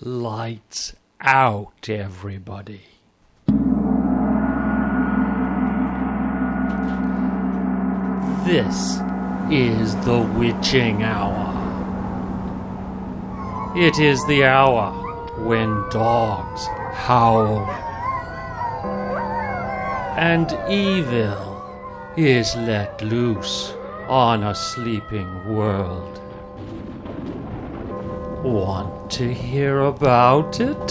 Lights out, everybody. This is the witching hour. It is the hour when dogs howl and evil is let loose on a sleeping world. Want to hear about it?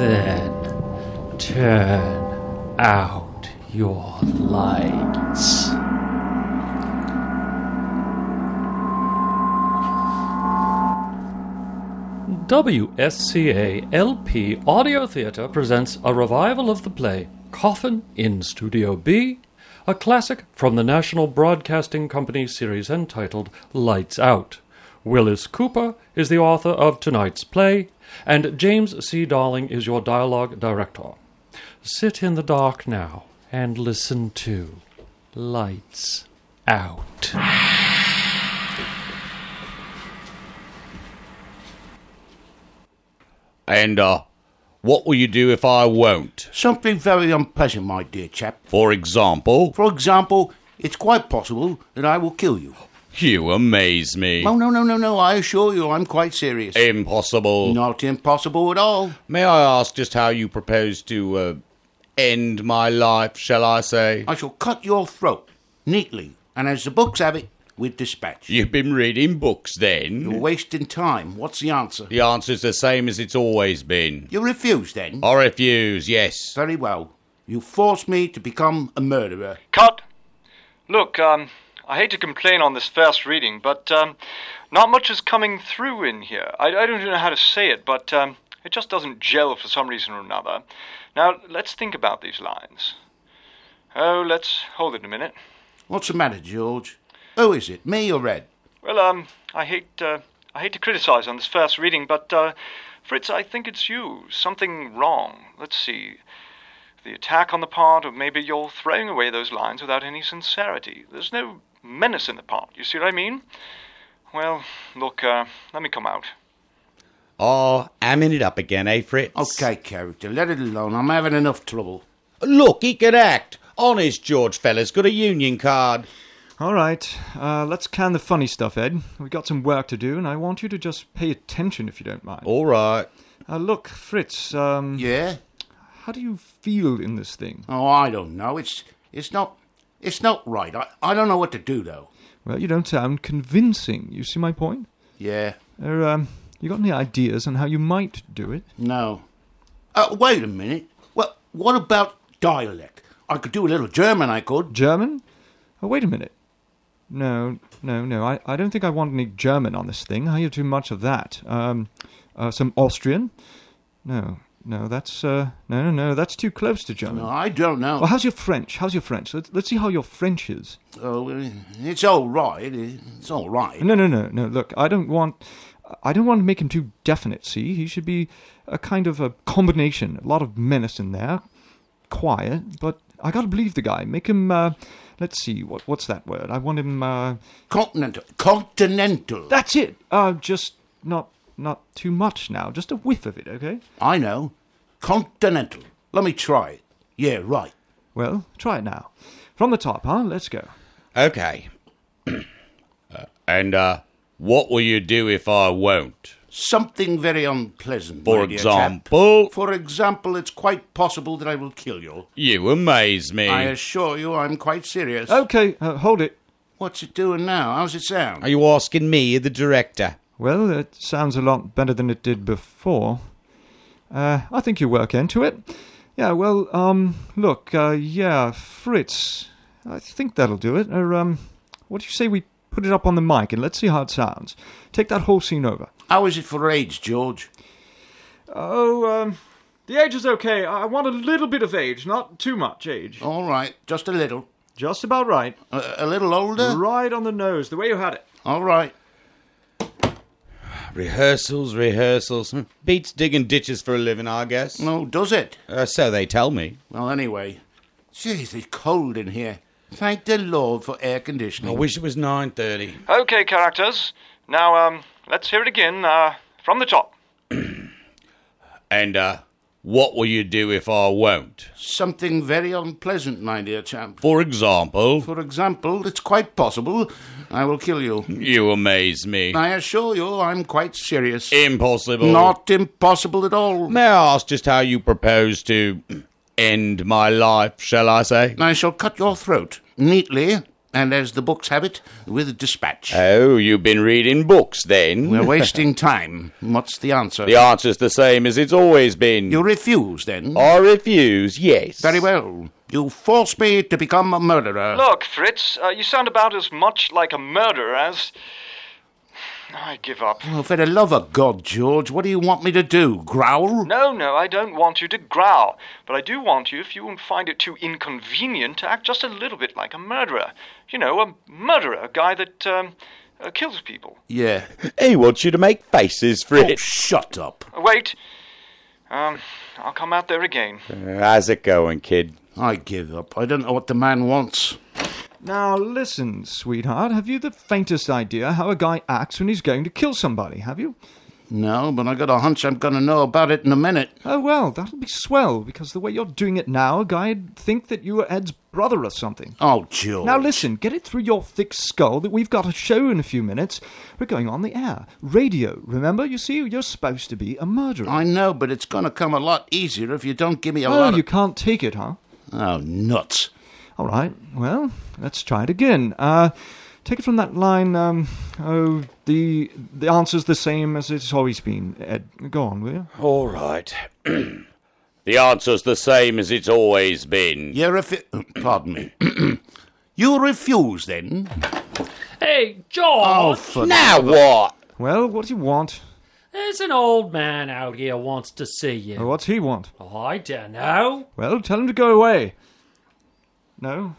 Then turn out your lights. WSCA LP Audio Theatre presents a revival of the play Coffin in Studio B, a classic from the National Broadcasting Company series entitled Lights Out. Willis Cooper is the author of tonight's play, and James C. Darling is your dialogue director. Sit in the dark now and listen to Lights Out. And uh, what will you do if I won't? Something very unpleasant, my dear chap. For example, For example, it's quite possible that I will kill you. you amaze me. Oh, no, no, no, no, I assure you, I'm quite serious. Impossible. Not impossible at all. May I ask just how you propose to uh, end my life, shall I say? I shall cut your throat neatly, and as the books have it, with dispatch. You've been reading books You're then? wasting time. What's the answer? The answer's the same as it's always been. You refuse, then? I refuse, yes. Very well. You force me to become a murderer. Cut. Look, um, I hate to complain on this first reading, but um, not much is coming through in here. I, I don't even know how to say it, but um, it just doesn't gel for some reason or another. Now, let's think about these lines. Oh, let's hold it a minute. What's the matter, George? Who is it, me or Red? Well, um, I hate, uh, I hate to criticize on this first reading, but uh, Fritz, I think it's you. Something wrong. Let's see. The attack on the part, or maybe you're throwing away those lines without any sincerity. There's no menace in the part. You see what I mean? Well, look, uh, let me come out. Ah, hamming it up again, eh, Fritz? Okay, character, let it alone. I'm having enough trouble. Look, he can act. Honest, George fella's got a union card. All right, uh, let's can the funny stuff, Ed. We've got some work to do, and I want you to just pay attention if you don't mind. All right. Uh, look, Fritz, um, Yeah? how do you feel in this thing? Oh, I don't know. It's it's not it's not right. I, I don't know what to do though. Well, you don't sound convincing. You see my point? Yeah. Or, um, you got any ideas on how you might do it? No. Uh, wait a minute. Well, what about dialect? I could do a little German. I could. German? Oh, wait a minute. No, no, no. I, I don't think I want any German on this thing. I hear too much of that. Um, uh, some Austrian? No, no, that's, uh, no, no, no, that's too close to German. No, I don't Well, know. how's your French? How's your French? Let's, let's see how your French is. Oh, uh, it's all right. It's all right. No, no, no, no. Look, I don't want, I don't want to make him too definite. See, he should be a kind of a combination. A lot of menace in there, quiet, but I gotta believe the guy. Make him. Uh, let's see, what what's that word? I want him. Uh, Continental. Continental. that's it. Uh, just not not too much now. Just a whiff of it, okay? I know. Continental. Let me try it. Yeah, right. Well, try it now. From the top, huh? Let's go. Okay. Uh, and uh, what will you do if I won't? Something very unpleasant. For my dear chap. example, For example, it's quite possible that I will kill you. you amaze me. I assure you, I'm quite serious. Okay, uh, hold it. What's it doing now? How's it sound? Are you asking me, the director? Well, it sounds a lot better than it did before. Uh, I think you work into it. Yeah, well, um, look, uh, yeah, Fritz, I think that'll do it. Or, um, what do you say we put it up on the mic and let's see how it sounds? Take that whole scene over. How is it for age, George? Oh, um, the age is okay. I want a little bit of age, not too much age. All right, just a little. Just about right. A, a little older? Right on the nose, the way you had it. All right. Rehearsals, rehearsals. Hmm. Beats digging ditches for a living, I guess. No, does it? Uh, so they tell me. Well, anyway. Jeez, it's cold in here. Thank the Lord for air I conditioning. wish it was nine thirty. Okay, characters. Now, um, let's hear it again uh, from the top. And uh, what will you do if I won't? Something very unpleasant, my dear chap. For example, For example, it's quite possible I will kill you. you amaze me. I assure you, I'm quite serious. Eh, Impossible. Not impossible at all. May I ask just how you propose to end my life, shall I say? I shall cut your throat neatly, and as the books have it, with dispatch. Oh, you've been reading books then? We're wasting time. What's the answer? the answer's the same as it's always been. You refuse, then? Oh. I refuse, yes. Very well. You force me to become a murderer. Look, Fritz, uh, you sound about as much like a murderer as. I give up. Oh, for the love of God, George, what do you want me to do? Growl? No, no, I don't want you to growl, but I do want you, if you won't find it too inconvenient, to act just a little bit like a murderer. You know, a murderer, a guy that um, uh, kills people. Yeah. He wants you to make faces, Oh, Fritz. shut up. Uh, wait, um, I'll come out there again. How's it going, kid? I give up. I don't know what the man wants. Now, listen, sweetheart, have you the faintest idea how a guy acts when he's going to kill somebody, have you? No, but I got a hunch I'm going to know about it in a minute. Oh, well, that'll be swell, because the way you're doing it now, a guy'd think that you were Ed's brother or something. Oh, George. Now, listen, get it through your thick skull that we've got a show in a few minutes. We're going on the air. Radio, remember? You see, you're supposed to be a murderer. I know, but it's going to come a lot easier if you don't give me a oh, lot you of... can't take it, huh? Oh, nuts. All right, well, let's try it again. Uh, take it from that line. Um, oh, the, the answer's the same as it's always been, Ed. Go on, will you? All right. the answer's the same as it's always been. You refi Pardon me. you refuse, then? Hey, Oh, George! for... Now what? Well, what do you want? There's an old man out here wants to see you. What's he want? Oh, I don't know. Well, tell him to go away. No,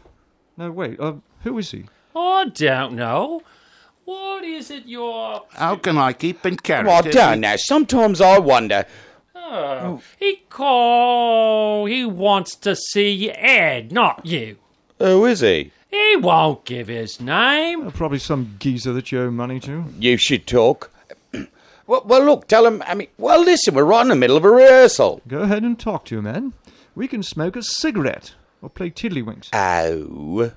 no, wait. Uh, who is he? Oh, I don't know. What is it you're. How can I keep in character? Well, I don't know. Sometimes I wonder. Oh, He call. He wants to see Ed, not you. Who is he? He won't give his name. Uh, probably some geezer that you owe money to. You should talk. well, well, look, tell him. I mean, well, listen, we're right in the middle of a rehearsal. Go ahead and talk to him, Ed. We can smoke a cigarette or play tiddlywinks. Oh.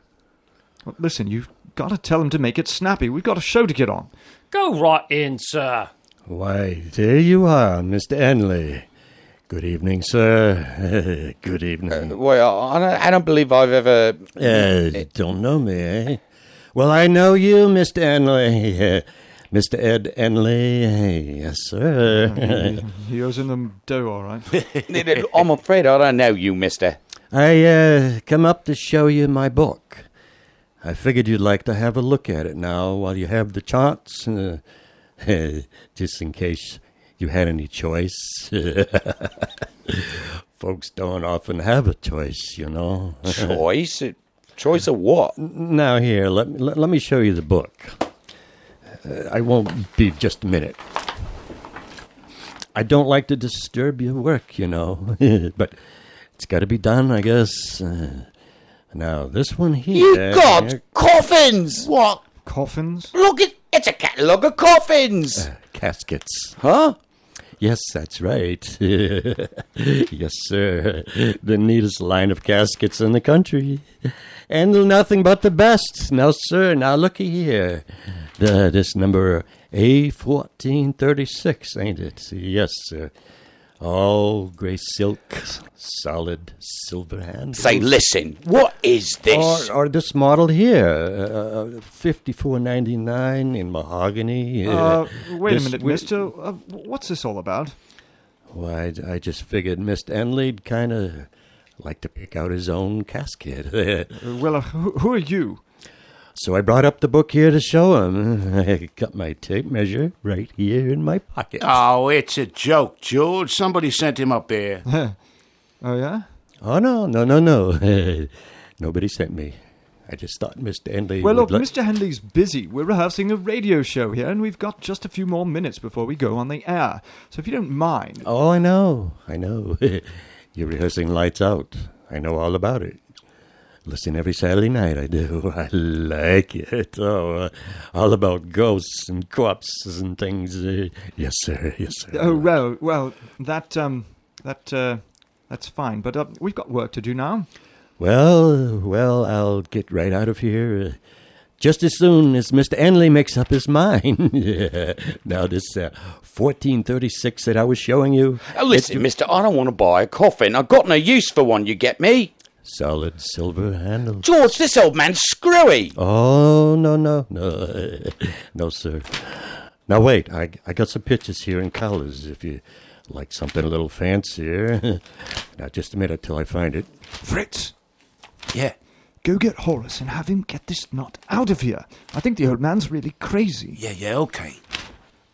Well, listen, you've got to tell him to make it snappy. We've got a show to get on. Go right in, sir. Why, there you are, Mr. Enley. Good evening, sir. Good evening. Well, I don't, I don't believe I've ever. Uh, don't know me, eh? Well, I know you, Mr. Enley. Mr. Ed Enley. Yes, sir. He owes him the dough, all right. I'm afraid I don't know you, mister. I uh, come up to show you my book. I figured you'd like to have a look at it now while you have the chance, uh, just in case you had any choice. Folks don't often have a choice, you know. Choice? Choice of what? Now here, let, let, let me show you the book. Uh, I won't be just a minute. I don't like to disturb your work, you know, but it's got to be done, I guess. Uh, now this one here. You got coffins! What? Coffins? Look, it, it's a catalogue of coffins! caskets. Huh? Yes, that's right. yes, sir. The neatest line of caskets in the country. And nothing but the best. Now, sir, now looky here. The, this number A1436, ain't it? Yes, sir. All grey silk, solid silver hand. Say, listen, what is this? Or, or this model here, uh, fifty-four ninety-nine in mahogany. Uh, wait a this minute, wi- mister. Uh, what's this all about? Why, I, I just figured Mr. Enley'd kind of like to pick out his own casket. Uh, well, uh, who, who are you? so I brought up the book here to show him. I got my tape measure right here in my pocket. Ah. Oh, it's a joke, George. Somebody sent him up here. Oh, yeah? Oh, no, no, no, no. Nobody sent me. I just thought Mr. Enley Well, would look, let- Mr. Henley's busy. We're rehearsing a radio show here, and we've got just a few more minutes before we go on the air. So if you don't mind. Oh, I know. I know. You're rehearsing Lights Out. I know all about it. Listen every Saturday night. I do. I like it. Oh, uh, all about ghosts and corpses and things. Uh, yes, sir. Yes, sir. Oh, well, well, that, um, That uh, that's fine, but uh, we've got work to do now. Well, well, I'll get right out of here uh, just as soon as Mr. Anley makes up his mind. Yeah. Now, this uh, 1436 that I was showing you. Now listen, Mister, I don't want to buy a coffin. I've got no use for one. You get me, Solid silver handle. George? This old man's screwy. Oh, no, no, no. no, sir. Now, wait, I, I got some pictures here in colors if you like something a little fancier. now, just a minute till I find it. Fritz, Yeah. go get Horace and have him get this knot out of here. I think the old man's really crazy. Yeah, yeah, okay.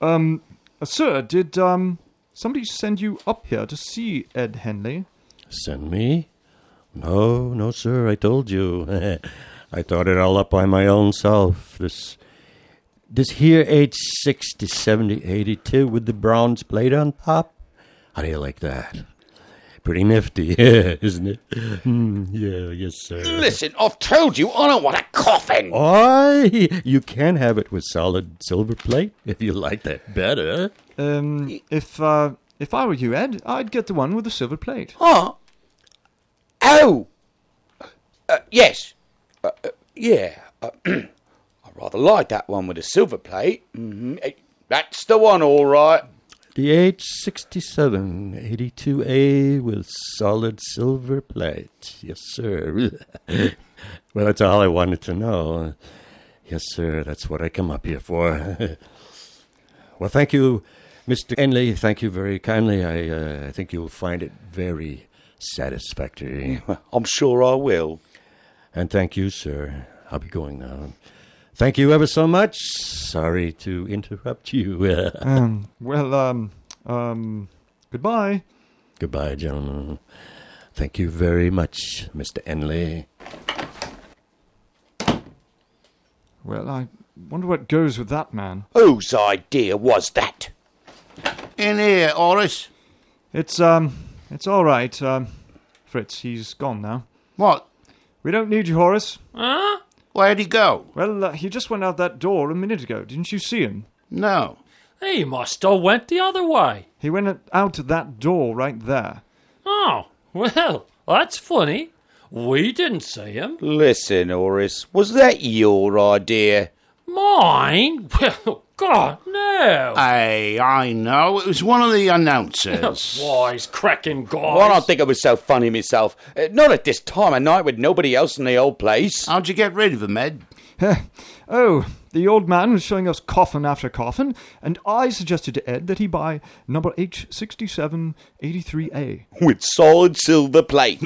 Um, uh, sir, did um somebody send you up here to see Ed Henley? Send me? No, no, sir, I told you. I thought it all up by my own self. This this here age 60, 70, 82 with the bronze plate on top. How do you like that? Pretty nifty, isn't it? Hmm, yeah, yes, sir. Listen, I've told you I don't want a coffin. Oi! You can have it with solid silver plate if you like that better. Um, if uh, if I were you, Ed, I'd get the one with the silver plate. Oh. Oh. Uh, yes. Uh, uh, yeah. Uh, I rather like that one with a silver plate. hmm That's the one, all right. The age 67, 82A with solid silver plate. Yes, sir. well, that's all I wanted to know. Yes, sir, that's what I come up here for. well, thank you, Mr. Enley. Thank you very kindly. I, uh, I think you'll find it very satisfactory. I'm sure I will. And thank you, sir. I'll be going now. Thank you ever so much. Sorry to interrupt you. Um, well, um, um, goodbye. Goodbye, gentlemen. Thank you very much, Mr. Enley. Well, I wonder what goes with that man. Whose idea was that? In here, Horace. It's um, it's all right. Um, Fritz, he's gone now. What? We don't need you, Horace. Huh? Where'd he go? Well, uh, he just went out that door a minute ago. Didn't you see him? No. He must have went the other way. He went out that door right there. Oh, well, that's funny. We didn't see him. Listen, Horace, was that your idea? Mine? Well, God, no. Hey, I know. It was one of the announcers. Wise cracking guys. Well, I don't think it was so funny myself. Uh, not at this time of night with nobody else in the old place. How'd you get rid of him, Ed? Oh, the old man was showing us coffin after coffin, and I suggested to Ed that he buy number H6783A. With solid silver plate.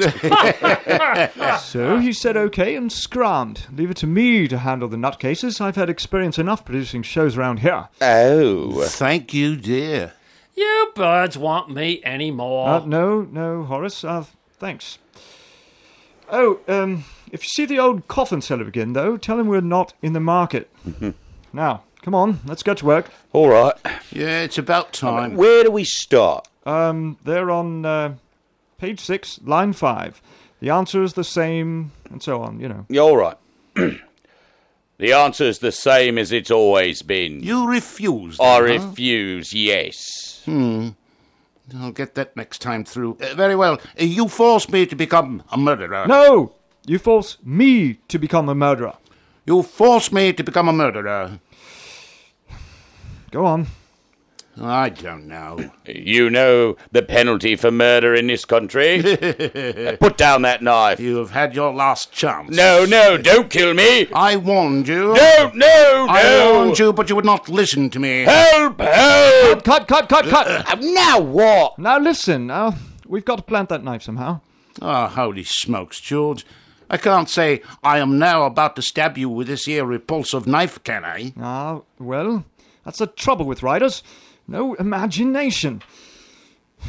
So he said okay and scrammed. Leave it to me to handle the nutcases. I've had experience enough producing shows around here. oh. Thank you, dear. You birds want me anymore. Uh, no, no, Horace. Uh, thanks. Oh, um, if you see the old coffin seller again, though, tell him we're not in the market. now, come on, let's get to work. All right. Yeah, it's about time. Where do we start? Um, they're on uh, page six, line five. The answer is the same, and so on. You know. Yeah, all right. the answer's the same as it's always been. You refused. I them, huh? refuse, yes. I'll get that next time through. Uh, very well. Uh, you forced me to become a murderer. No, you force me to become a murderer. You forced me to become a murderer. Go on. I don't know. You know the penalty for murder in this country. Put down that knife. you have had your last chance. No, no, don't kill me. I warned you. No, no, I no. warned you, but you would not listen to me. Help, help. Cut, cut, cut, cut. Uh, Now what? now listen. Now we've got to plant that knife somehow. Oh, holy smokes, George. I can't say I am now about to stab you with this here repulsive knife, can I? Ah, well, that's the trouble with writers. No imagination.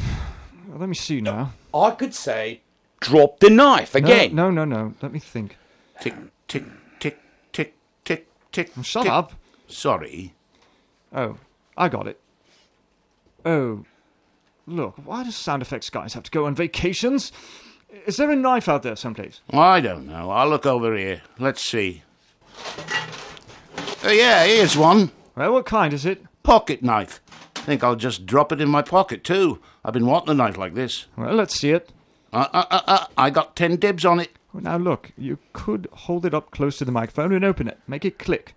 Well, Let me see now. I could say, drop the knife No, again. No, no, no. Let me think. Tick, tick, tick, tick, tick, tick. Shut tick. up. Sorry. Oh, I got it. Oh, look, why do sound effects guys have to go on vacations? Is there a knife out there someplace? I don't know. I'll look over here. Let's see. Uh, yeah, here's one. Well, what kind is it? Pocket knife. think I'll just drop it in my pocket, too. I've been wanting a night like this. Well, let's see it. Uh, uh, uh, uh, I got ten dibs on it. Oh, Now look, you could hold it up close to the microphone and open it, make it click.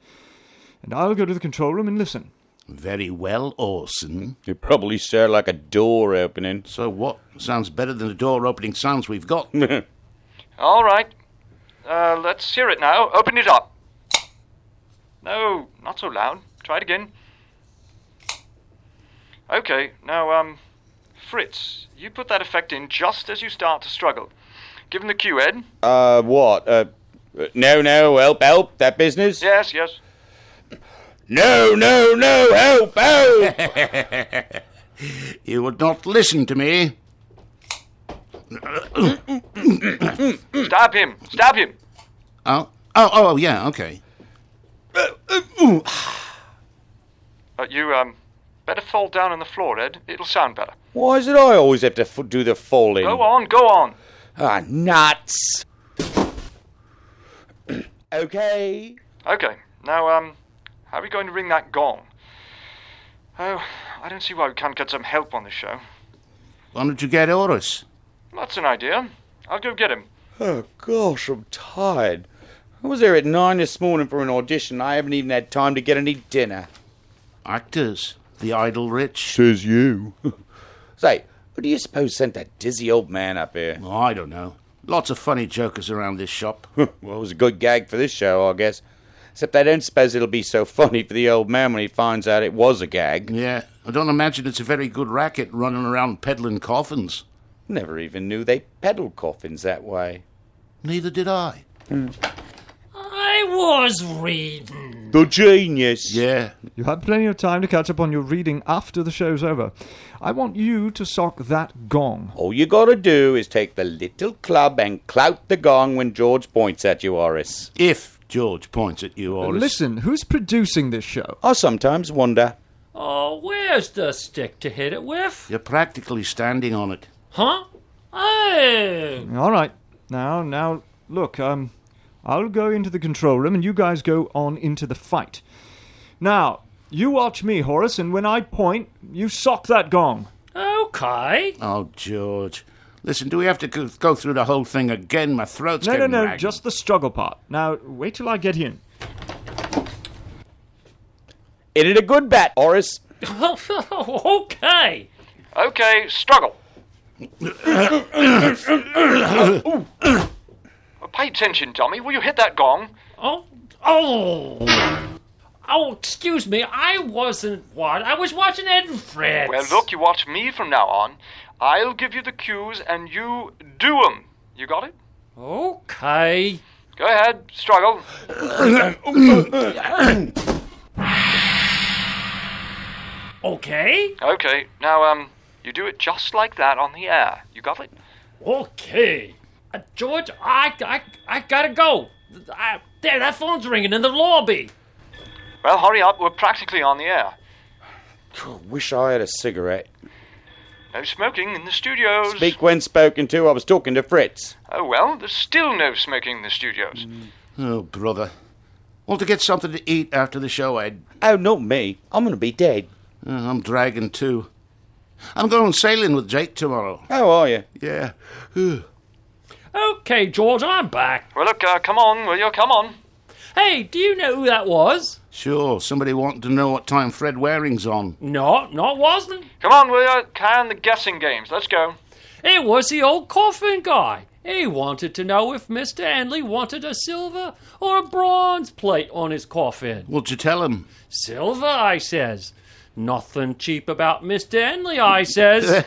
And I'll go to the control room and listen. Very well, Orson. It probably sound like a door opening. So what? Sounds better than the door opening sounds we've got. All right. Uh, let's hear it now. Open it up. No, not so loud. Try it again. Okay, now, um, Fritz, you put that effect in just as you start to struggle. Give him the cue, Ed. Uh, what? Uh, no, no, help, help, that business? Yes, yes. No, no, no, help, help! you would not listen to me. Stab him. Stab him. Oh, oh, oh, yeah, okay. Uh, you, um, better fall down on the floor, Ed. It'll sound better. Why is it I always have to f- do the falling? Go on, go on. Ah, nuts! okay. Okay, now, um, how are we going to ring that gong? Oh, I don't see why we can't get some help on this show. Why don't you get Horus? That's an idea. I'll go get him. Oh, gosh, I'm tired. I was there at nine this morning for an audition. I haven't even had time to get any dinner. Actors, the idle rich. Says you. Say, who do you suppose sent that dizzy old man up here? Oh, I don't know. Lots of funny jokers around this shop. Well, it was a good gag for this show, I guess. Except I don't suppose it'll be so funny for the old man when he finds out it was a gag. yeah, I don't imagine it's a very good racket running around peddling coffins. Never even knew they peddle coffins that way. Neither did I. I was reading. Mm. The genius. Yeah, You have plenty of time to catch up on your reading after the show's over. I want you to sock that gong. All you gotta do is take the little club and clout the gong when George points at you, Horace. if George points at you, Horus. Listen, who's producing this show? I sometimes wonder. Oh, where's the stick to hit it with? You're practically standing on it. Huh? Oh, All right, now, now, look, um, I'll go into the control room and you guys go on into the fight. Now, you watch me, Horace, and when I point, you sock that gong. okay. Oh, George. Listen, do we have to go go through the whole thing again? My throat's No, no, getting no, ragged. just the struggle part. Now, wait till I get in. It is a good bat, Horace. okay. Okay, struggle. Oh, Pay attention, dummy. Will you hit that gong? Oh, oh. Oh, excuse me. I wasn't what I was watching Ed and Fritz. Well, look, you watch me from now on. I'll give you the cues and you do 'em. You got it? Okay. Go ahead, struggle. Okay. Okay, now, um, you do it just like that on the air. You got it? Okay. Uh, George, I, I, I gotta go. I, there, that phone's ringing in the lobby. Well, hurry up. We're practically on the air. Wish I had a cigarette. No smoking in the studios. Speak when spoken to. I was talking to Fritz. Oh, well, there's still no smoking in the studios. Oh, brother. Want to get something to eat after the show, Ed? Oh, not me. I'm gonna be dead. Uh, I'm dragging too. I'm going sailing with Jake tomorrow. How are you? Yeah. Okay, George, I'm back. Well, look, uh, come on, will you? Come on. Hey, do you know who that was? Sure, somebody wanted to know what time Fred Waring's on. No, not wasn't. Come on, will you? Can the guessing games. Let's go. It was the old coffin guy. He wanted to know if Mr. Henley wanted a silver or a bronze plate on his coffin. What'd you tell him? Silver, I says. Nothing cheap about Mr. Henley, I says.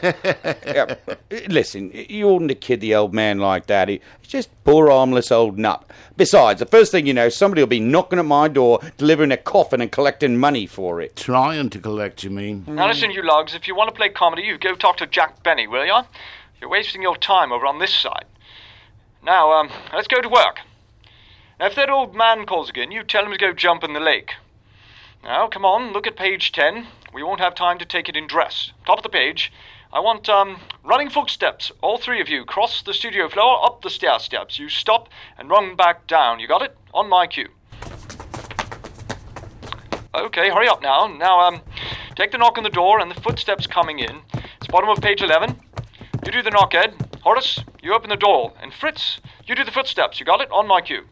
Listen, you oughtn't to kid the old man like that. He- He's just poor, armless old nut. Besides, the first thing you know, somebody will be knocking at my door, delivering a coffin and collecting money for it. Trying to collect, you mean? Now, listen, you lugs, if you want to play comedy, you go talk to Jack Benny, will you? You're wasting your time over on this side. Now, um, let's go to work. Now, if that old man calls again, you tell him to go jump in the lake. Now, come on, look at page 10. We won't have time to take it in dress. Top of the page. I want um, running footsteps. All three of you cross the studio floor, up the stair steps. You stop and run back down. You got it? On my cue. Okay, hurry up now. Now, um, Take the knock on the door and the footsteps coming in. It's bottom of page 11. You do the knock, Ed. Horace, you open the door. And Fritz, you do the footsteps. You got it? On my cue.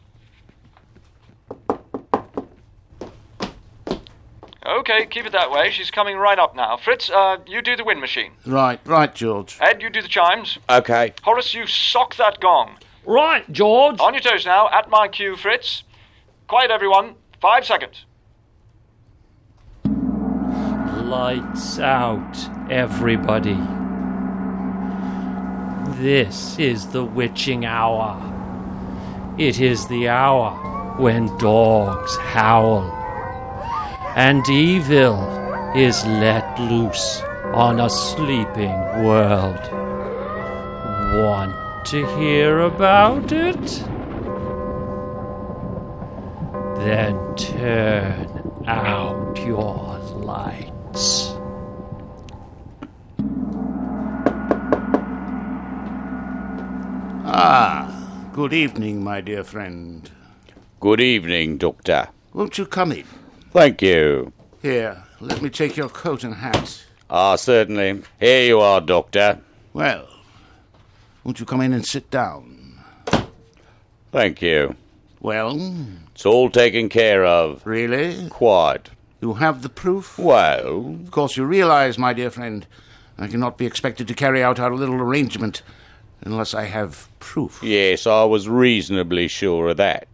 Okay, keep it that way. She's coming right up now. Fritz, uh, you do the wind machine. Right, right, George. Ed, you do the chimes. Okay. Horace, you sock that gong. Right, George. On your toes now, at my cue, Fritz. Quiet, everyone. Five seconds. Lights out, everybody. This is the witching hour. It is the hour when dogs howl and evil is let loose on a sleeping world. Want to hear about it? Then turn out your lights. Ah, good evening, my dear friend. Good evening, Doctor. Won't you come in? Thank you. Here, let me take your coat and hat. Ah, certainly. Here you are, Doctor. Well, won't you come in and sit down? Thank you. Well, It's all taken care of. really? Quite. You have the proof? Well, Of course, you realize, my dear friend, I cannot be expected to carry out our little arrangement unless I have proof. yes, I was reasonably sure of that.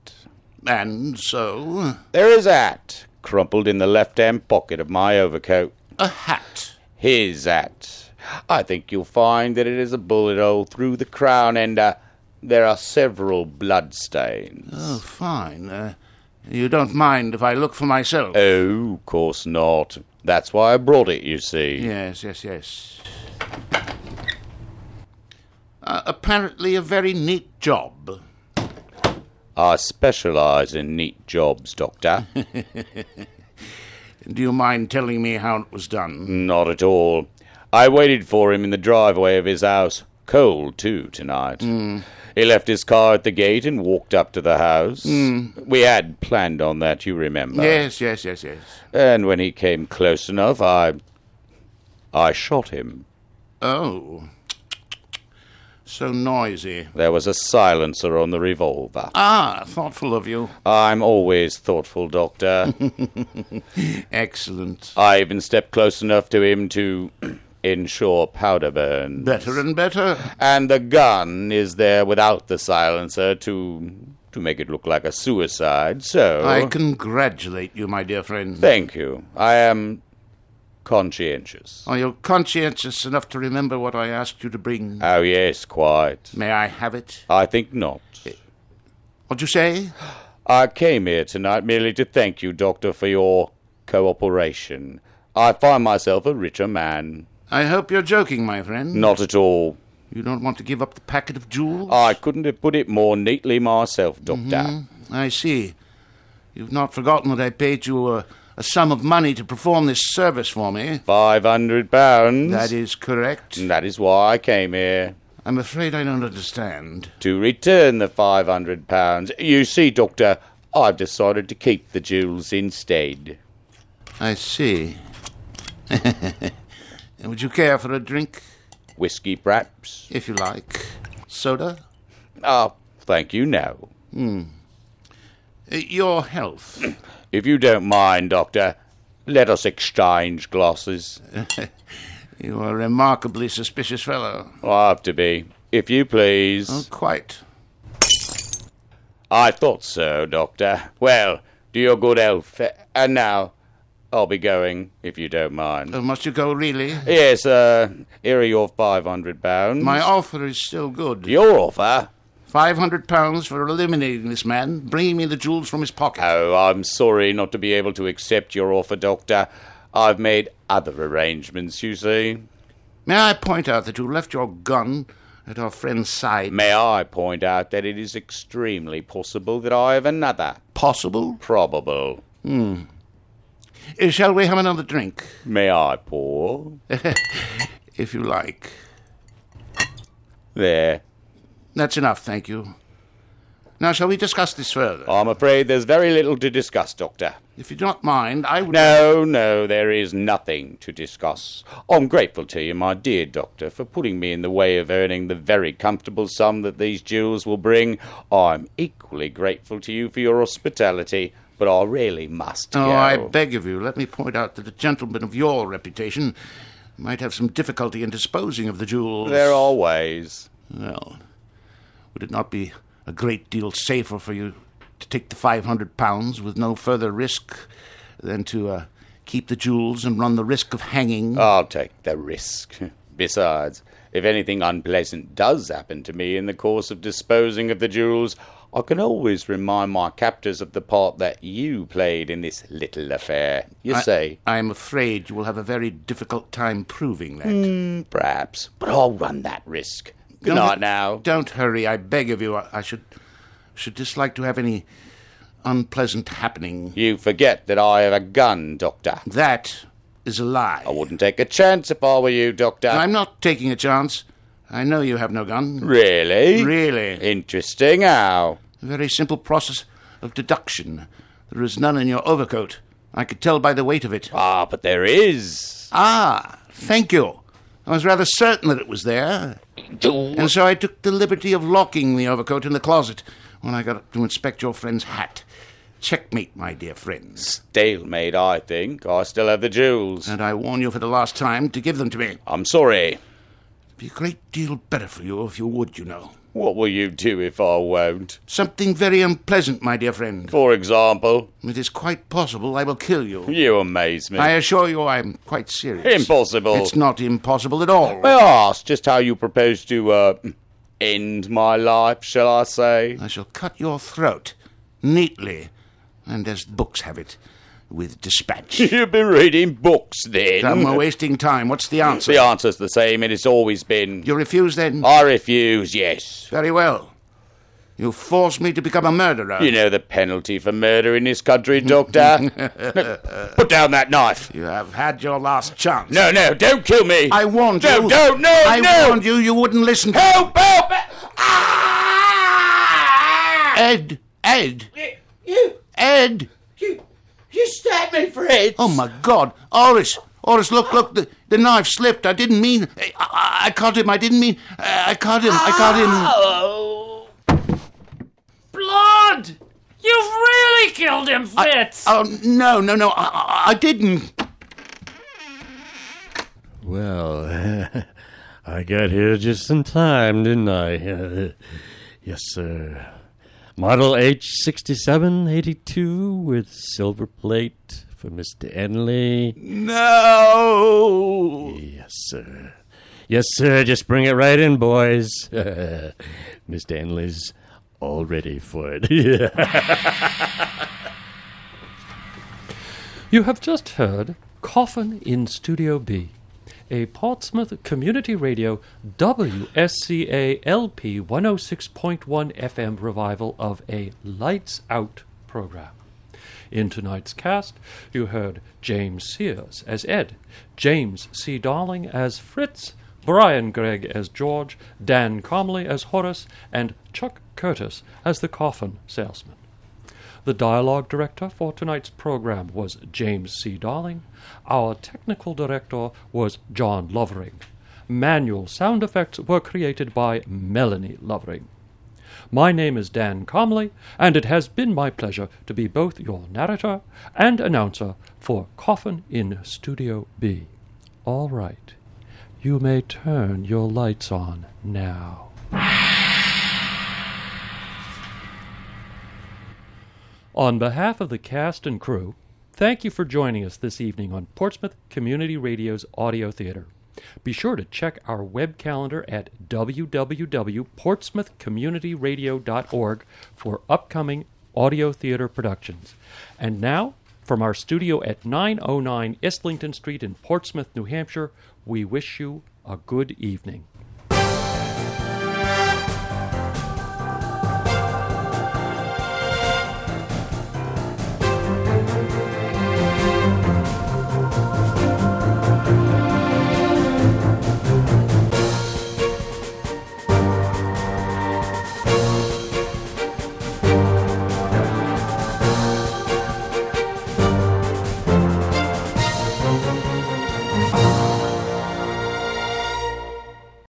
And so, There is a hat crumpled in the left hand pocket of my overcoat. a hat. His hat. I think you'll find that it is a bullet hole through the crown, and uh, there are several bloodstains. Oh, fine. Uh, you don't mind if I look for myself? Oh, of course not. That's why I brought it, you see. Yes, yes, yes. Uh, apparently, a very neat job. I specialise in neat jobs, Doctor. Do you mind telling me how it was done? Not at all. I waited for him in the driveway of his house. Cold, too, tonight. He left his car at the gate and walked up to the house. We had planned on that, you remember. Yes, yes, yes, yes. And when he came close enough, I. I shot him. Oh. So noisy. There was a silencer on the revolver. Ah, thoughtful of you. I'm always thoughtful, Doctor. Excellent. I even stepped close enough to him to ensure powder burn. Better and better. and the gun is there without the silencer to to make it look like a suicide. So I congratulate you, my dear friend. Oh. thank you. I am conscientious. Are you conscientious enough to remember what I asked you to bring? Oh yes, quite. May I have it? I think not. What'd you say? I came here tonight merely to thank you, Doctor, for your cooperation. I find myself a richer man. I hope you're joking, my friend. Not at all. You don't want to give up the packet of jewels? I couldn't have put it more neatly myself, Doctor. I see. You've not forgotten that I paid you a, a sum of money to perform this service for me. Five hundred pounds. That is correct. that is why I came here. I'm afraid I don't understand. to return the five hundred pounds. You see, Doctor, I've decided to keep the jewels instead. I see. Would you care for a drink, Whiskey, perhaps? if you like? Soda? Ah, thank you, no. Uh, Your health. If you don't mind, Doctor, let us exchange glasses. You are a remarkably suspicious fellow. I have to be. If you please. Quite. I thought so, Doctor. Well, do your good health. And now, I'll be going, if you don't mind. Oh, must you go, really? Yes, uh, here are your five hundred pounds. My offer is still good. Your offer? Five hundred pounds for eliminating this man, bringing me the jewels from his pocket. Oh, I'm sorry not to be able to accept your offer, Doctor. I've made other arrangements, you see. May I point out that you left your gun at our friend's side? May I point out that it is extremely possible that I have another? Possible? Probable. Uh, Shall we have another drink, May I pour? if you like? There. That's enough, thank you. Now, shall we discuss this further? I'm afraid there's very little to discuss, Doctor. If you do not mind, I would. No, no, there is nothing to discuss. I'm grateful to you, my dear Doctor, for putting me in the way of earning the very comfortable sum that these jewels will bring. I'm equally grateful to you for your hospitality, but I really must Oh, go. I beg of you, let me point out that a gentleman of your reputation might have some difficulty in disposing of the jewels. There are ways. Well, would it not be a great deal safer for you to take the five hundred pounds with no further risk than to uh, keep the jewels and run the risk of hanging? I'll take the risk. Besides, if anything unpleasant does happen to me in the course of disposing of the jewels, I can always remind my captors of the part that you played in this little affair. You I- say, I am afraid you will have a very difficult time proving that. Mm. perhaps, but I'll run that risk. Good night now. Don't hurry, I beg of you. I, I should should dislike to have any unpleasant happening. You forget that I have a gun, Doctor. That is a lie. I wouldn't take a chance if I were you, Doctor. I'm not taking a chance. I know you have no gun. Really? Really? Interesting how. A very simple process of deduction. There is none in your overcoat. I could tell by the weight of it. Ah, but there is. Ah, thank you. I was rather certain that it was there. And so I took the liberty of locking the overcoat in the closet when I got up to inspect your friend's hat. Checkmate, my dear friends. Stalemate, I think. I still have the jewels. And I warn you for the last time to give them to me. It'd I'm sorry. be a great deal better for you if you would, you know. What will you do if I won't? Something very unpleasant, my dear friend. For example, It is quite possible I will kill you. you amaze me. I assure you I'm quite serious. Impossible. It's not impossible at all. May I ask just how you propose to, uh, end my life, shall I say? I shall cut your throat neatly, and as the books have it, with dispatch. You've been reading books then. Come, we're wasting time. What's the answer? The answer's the same, and it's always been. You refuse then? I refuse, yes. Very well. You force me to become a murderer. You know the penalty for murder in this country, Doctor. Put down that knife. You have had your last chance. No, no, don't kill me. I warned No, you. no, no, I no. warned you. You wouldn't listen. Help, help! Ah! Ed, Ed, You, Ed. you, you stabbed me, Fred. Oh my God, Oris, Oris, look, look. The, the knife slipped. I didn't mean. I, I, I caught him. I didn't mean. uh, I, I caught him. I caught him. Oh. Blood! You've really killed him, Fritz! Oh no, no, no. I, I, I didn't. Well, I got here just in time, didn't I? yes, sir. Model H6782 with silver plate for Mr. Enley. No. Yes, sir. Yes, sir. Just bring it right in, boys. Mr. Enley's all ready for it. You have just heard Coffin in Studio B, a Portsmouth Community Radio WSCA LP 106.1 FM revival of a Lights Out program. In tonight's cast, you heard James Sears as Ed, James C. Darling as Fritz, Brian Gregg as George, Dan Comley as Horace, and Chuck Curtis as the coffin salesman. The dialogue director for tonight's program was James C. Darling. Our technical director was John Lovering. Manual sound effects were created by Melanie Lovering. My name is Dan Comley, and it has been my pleasure to be both your narrator and announcer for Coffin in Studio B. All right, you may turn your lights on now. On behalf of the cast and crew, thank you for joining us this evening on Portsmouth Community Radio's Audio Theater. Be sure to check our web calendar at www.portsmouthcommunityradio.org for upcoming audio theater productions. And now, from our studio at 909 Islington Street in Portsmouth, New Hampshire, we wish you a good evening.